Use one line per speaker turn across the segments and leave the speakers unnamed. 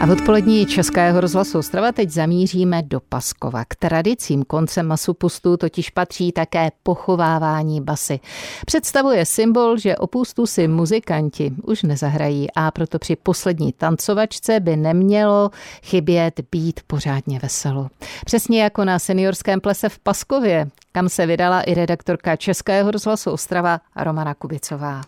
A v odpolední Českého rozhlasu Ostrava teď zamíříme do Paskova. K tradicím konce masopustů totiž patří také pochovávání basy. Představuje symbol, že opustu si muzikanti už nezahrají a proto při poslední tancovačce by nemělo chybět být pořádně veselo. Přesně jako na seniorském plese v Paskově, kam se vydala i redaktorka Českého rozhlasu Ostrava Romana Kubicová.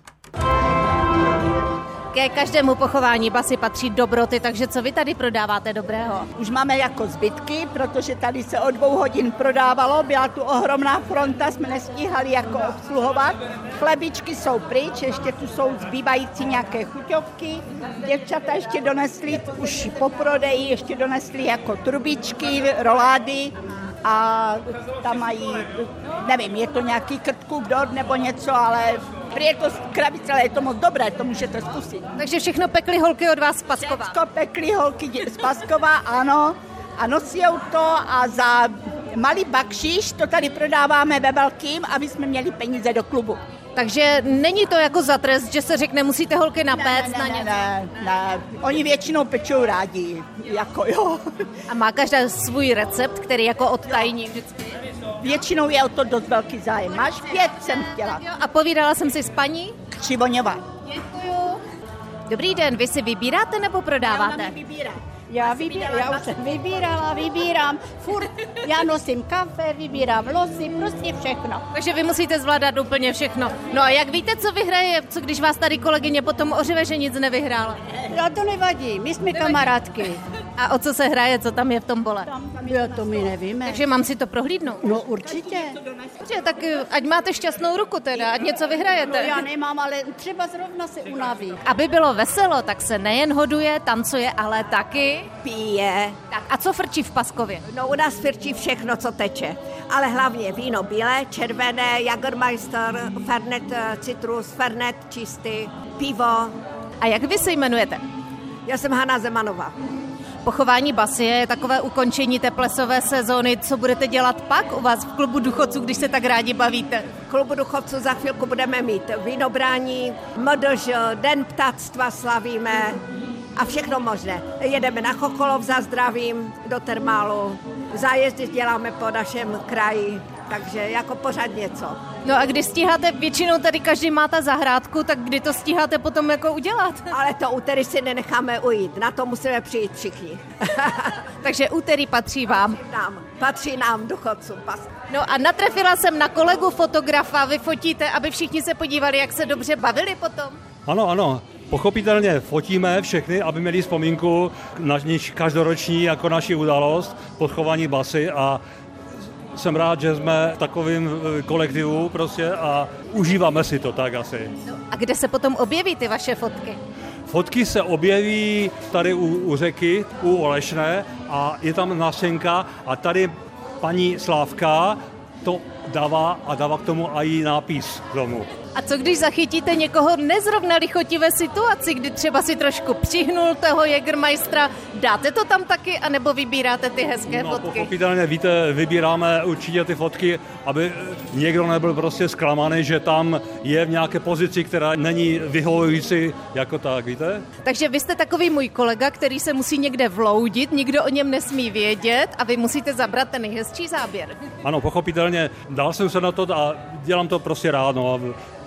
Ke každému pochování basy patří dobroty, takže co vy tady prodáváte dobrého?
Už máme jako zbytky, protože tady se o dvou hodin prodávalo, byla tu ohromná fronta, jsme nestíhali jako obsluhovat. Chlebičky jsou pryč, ještě tu jsou zbývající nějaké chuťovky. Děvčata ještě donesly, už po prodeji, ještě donesly jako trubičky, rolády a tam mají, nevím, je to nějaký krtku dort nebo něco, ale prý je to krabice, ale je to moc dobré, to můžete zkusit.
Takže všechno pekly holky od vás z Paskova.
Všecko pekly holky z Paskova, ano. A nosí to a za malý bakšiš to tady prodáváme ve velkým, aby jsme měli peníze do klubu.
Takže není to jako za trest, že se řekne, musíte holky napéct
ne,
na
ne,
něco.
ne, ne, oni většinou pečou rádi, jako jo.
A má každá svůj recept, který jako odtajní vždycky.
Většinou je o to dost velký zájem. Máš pět, jsem chtěla.
Jo, a povídala jsem si s paní.
Křivoňová.
Děkuju. Dobrý den, vy si vybíráte nebo prodáváte?
Já, vybí, já už jsem vybírala, vybírám, furt, já nosím kafe, vybírám losy, prostě všechno.
Takže vy musíte zvládat úplně všechno. No a jak víte, co vyhraje, co když vás tady kolegyně potom ořeve, že nic nevyhrála?
No to nevadí, my jsme kamarádky.
A o co se hraje, co tam je v tom bole?
Jo, to my nevíme.
Takže mám si to prohlídnout.
No určitě.
Dobře, tak eh, ať máte šťastnou ruku teda, ať něco vyhrajete.
Já nemám, ale třeba zrovna se unaví.
Aby bylo veselo, tak se nejen hoduje, tancuje, ale taky.
pije.
Tak a co frčí v Paskově?
No u nás firčí všechno, co teče. Ale hlavně víno bílé, červené, Jagermeister, Fernet eh, citrus, Fernet čistý, pivo.
A jak vy se jmenujete?
Já jsem Hana Zemanová.
Pochování Basie je takové ukončení té plesové sezóny. Co budete dělat pak u vás v klubu duchoců, když se tak rádi bavíte?
Klubu duchovců za chvilku budeme mít vínobrání, MDŽ, Den ptactva slavíme a všechno možné. Jedeme na Chokolov za zdravím do termálu, zájezdy děláme po našem kraji, takže jako pořád něco.
No a když stíháte, většinou tady každý má ta zahrádku, tak kdy to stíháte potom jako udělat?
Ale to úterý si nenecháme ujít, na to musíme přijít všichni.
Takže úterý patří vám.
nám, patří nám duchocům. Pas.
No a natrefila jsem na kolegu fotografa, vy fotíte, aby všichni se podívali, jak se dobře bavili potom.
Ano, ano. Pochopitelně fotíme všechny, aby měli vzpomínku na niž každoroční jako naši událost, podchování basy a jsem rád, že jsme v takovým eh, kolektivu prostě a užíváme si to tak asi.
No a kde se potom objeví ty vaše fotky?
Fotky se objeví tady u, u řeky, u Olešné a je tam násenka a tady paní Slávka to dává a dává k tomu a i nápis k tomu.
A co když zachytíte někoho nezrovna lichotivé situaci, kdy třeba si trošku přihnul toho Jägermeistera, dáte to tam taky, anebo vybíráte ty hezké
No,
fotky?
pochopitelně, víte, vybíráme určitě ty fotky, aby někdo nebyl prostě zklamaný, že tam je v nějaké pozici, která není vyhovující jako tak, víte?
Takže vy jste takový můj kolega, který se musí někde vloudit, nikdo o něm nesmí vědět a vy musíte zabrat ten nejhezčí záběr.
Ano, pochopitelně, dal jsem se na to a dělám to prostě rád, no,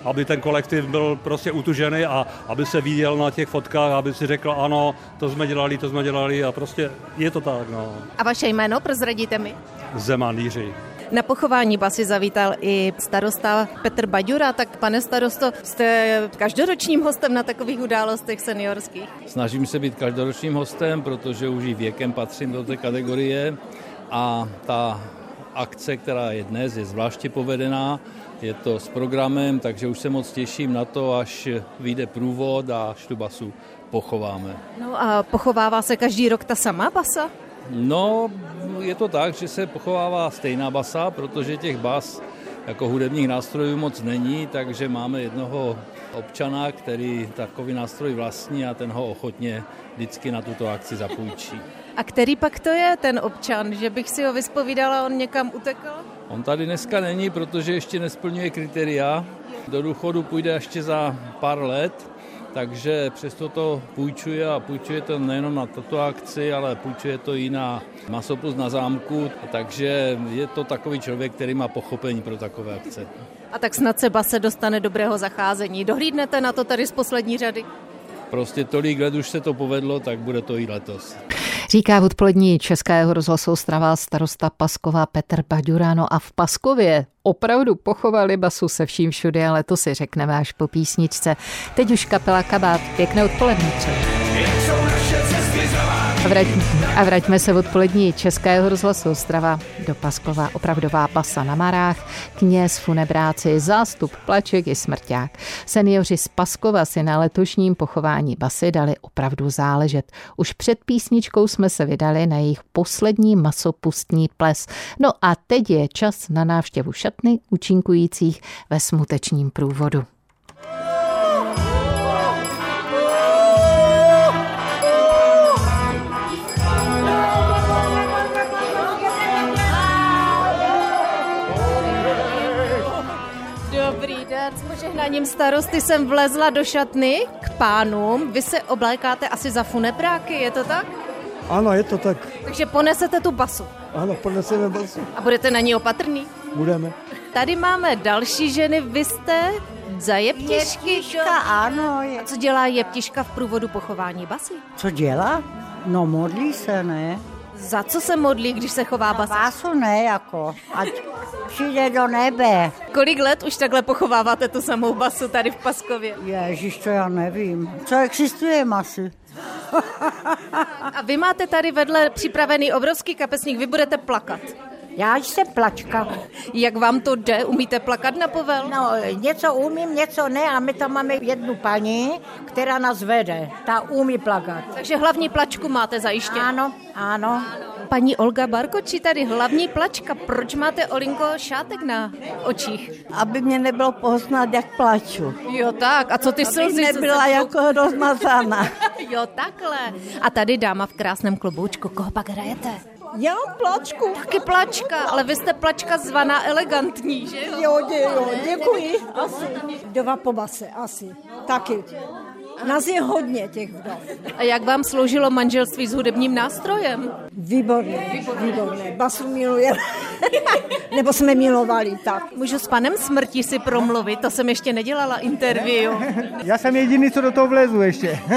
aby ten kolektiv byl prostě utužený a aby se viděl na těch fotkách, aby si řekl, ano, to jsme dělali, to jsme dělali a prostě je to tak, no.
A vaše jméno prozradíte mi?
Zeman Jiří.
Na pochování basy zavítal i starosta Petr Baďura, tak pane starosto, jste každoročním hostem na takových událostech seniorských.
Snažím se být každoročním hostem, protože už i věkem patřím do té kategorie a ta akce, která je dnes, je zvláště povedená. Je to s programem, takže už se moc těším na to, až vyjde průvod a až tu basu pochováme.
No a pochovává se každý rok ta samá basa?
No, je to tak, že se pochovává stejná basa, protože těch bas jako hudebních nástrojů moc není, takže máme jednoho občana, který takový nástroj vlastní a ten ho ochotně vždycky na tuto akci zapůjčí.
A který pak to je ten občan, že bych si ho vyspovídala a on někam utekl?
On tady dneska není, protože ještě nesplňuje kritéria. Do důchodu půjde ještě za pár let, takže přesto to půjčuje a půjčuje to nejenom na tuto akci, ale půjčuje to i na masopus na zámku, takže je to takový člověk, který má pochopení pro takové akce.
A tak snad se base dostane dobrého zacházení. Dohlídnete na to tady z poslední řady?
Prostě tolik let už se to povedlo, tak bude to i letos.
Říká v odpolední Českého rozhlasu Ostrava starosta Pasková Petr Baďurano a v Paskově opravdu pochovali basu se vším všude, ale to si řekneme až po písničce. Teď už kapela Kabát. Pěkné odpoledne třeba. A, vrať, a vraťme se v odpolední Českého rozhlasu Ostrava do Paskova opravdová basa na Marách, kněz, funebráci, zástup, plaček i smrťák. Seniori z Paskova si na letošním pochování basy dali opravdu záležet. Už před písničkou jsme se vydali na jejich poslední masopustní ples. No a teď je čas na návštěvu šatny účinkujících ve smutečním průvodu.
Dobrý den, s požehnáním starosty jsem vlezla do šatny k pánům. Vy se oblékáte asi za funebráky, je to tak?
Ano, je to tak.
Takže ponesete tu basu
Ano, poneseme basu.
a budete na ní opatrný.
Budeme.
Tady máme další ženy, vy jste za jeptišky.
Jeptiška, ano. Je.
Co dělá jeptiška v průvodu pochování basy?
Co dělá? No modlí se, ne?
Za co se modlí, když se chová basa?
Pásu ne, jako. Ať přijde do nebe.
Kolik let už takhle pochováváte tu samou basu tady v Paskově?
Ježíš, to já nevím. Co existuje masy?
A vy máte tady vedle připravený obrovský kapesník, vy budete plakat.
Já jsem plačka.
Jak vám to jde? Umíte plakat na povel?
No, něco umím, něco ne a my tam máme jednu paní, která nás vede. Ta umí plakat.
Takže hlavní plačku máte zajištěnou.
Ano, ano.
Paní Olga Barkoči tady, hlavní plačka. Proč máte, Olinko, šátek na očích?
aby mě nebylo poznat, jak plaču.
Jo tak, a co ty
Aby
slzy? co
nebyla
se-
jako rozmazaná.
Jo takhle. A tady dáma v krásném kloboučku, koho pak hrajete?
Jo, plačku.
Taky plačka, ale vy jste plačka zvaná elegantní, že jo?
Jo, dě, jo, děkuji. Asi. Dova po base, asi. Taky. Nás je hodně těch vdov.
A jak vám sloužilo manželství s hudebním nástrojem?
Výborné, výborné. Basu milujeme. Nebo jsme milovali, tak.
Můžu s panem smrti si promluvit, to jsem ještě nedělala interview.
Já jsem jediný, co do toho vlezu ještě.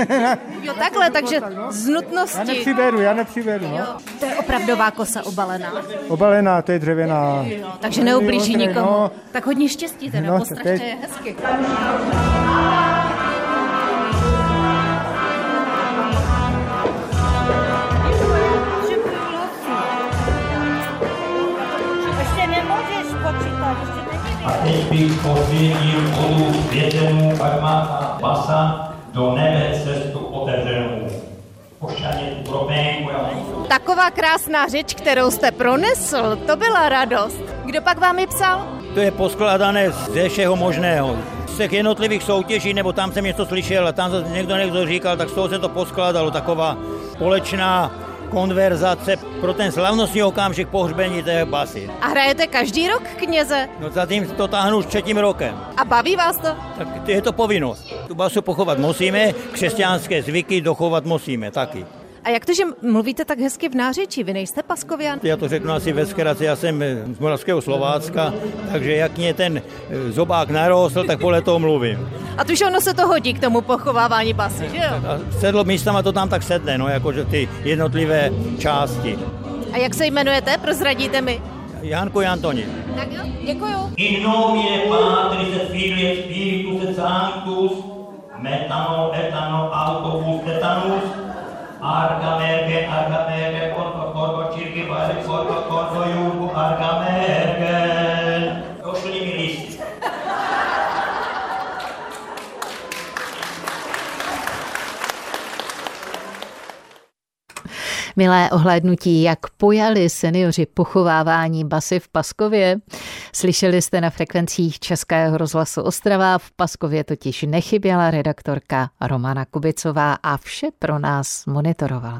Jo takhle, takže z
Já
nutnosti.
nepřiberu, já nepřiberu. No.
To je opravdová kosa obalená,
Obalená, to je dřevěná.
takže neublíží
Ostré,
nikomu.
no.
Tak hodně štěstí teda,
No,
postrašte
teď-
je hezky.
Ještě nemůžeš počítat, ještě není
A teď bych pozvěnil vodu vědenou farmáta Basa do nebe cestu otevřenou. Pošťaně tu proménku, já mu
Taková krásná řeč, kterou jste pronesl, to byla radost. Kdo pak vám ji psal?
To je poskládané ze všeho možného. Z těch jednotlivých soutěží, nebo tam jsem něco slyšel a tam zase někdo někdo říkal, tak z toho se to poskládalo. Taková společná konverzace pro ten slavnostní okamžik pohřbení té basy.
A hrajete každý rok, kněze?
No zatím to táhnu už třetím rokem.
A baví vás to?
Tak je to povinnost. Tu basu pochovat musíme, křesťanské zvyky dochovat musíme taky.
A jak to, že mluvíte tak hezky v nářeči? Vy nejste paskovian?
Já to řeknu asi ve zkratce, já jsem eh, z Moravského Slovácka, takže jak mě ten eh, zobák narostl, tak podle toho mluvím.
A tuž ono se to hodí k tomu pochovávání basy, že jo?
A sedlo místama to tam tak sedne, no, jakože ty jednotlivé části.
A jak se jmenujete? Prozradíte mi.
Janku Antoni.
Tak jo, děkuju.
In nomine Patris et Filii et Spiritus et Sanctus, metano, etano, autobus, tetanus, arca merge, arca merge, corpo, corpo, circi, vale, corpo, corpo, iurgu, arca merge. Došli mi list.
Milé ohlédnutí, jak pojali seniori pochovávání basy v Paskově. Slyšeli jste na frekvencích Českého rozhlasu Ostrava, v Paskově totiž nechyběla redaktorka Romana Kubicová a vše pro nás monitorovala.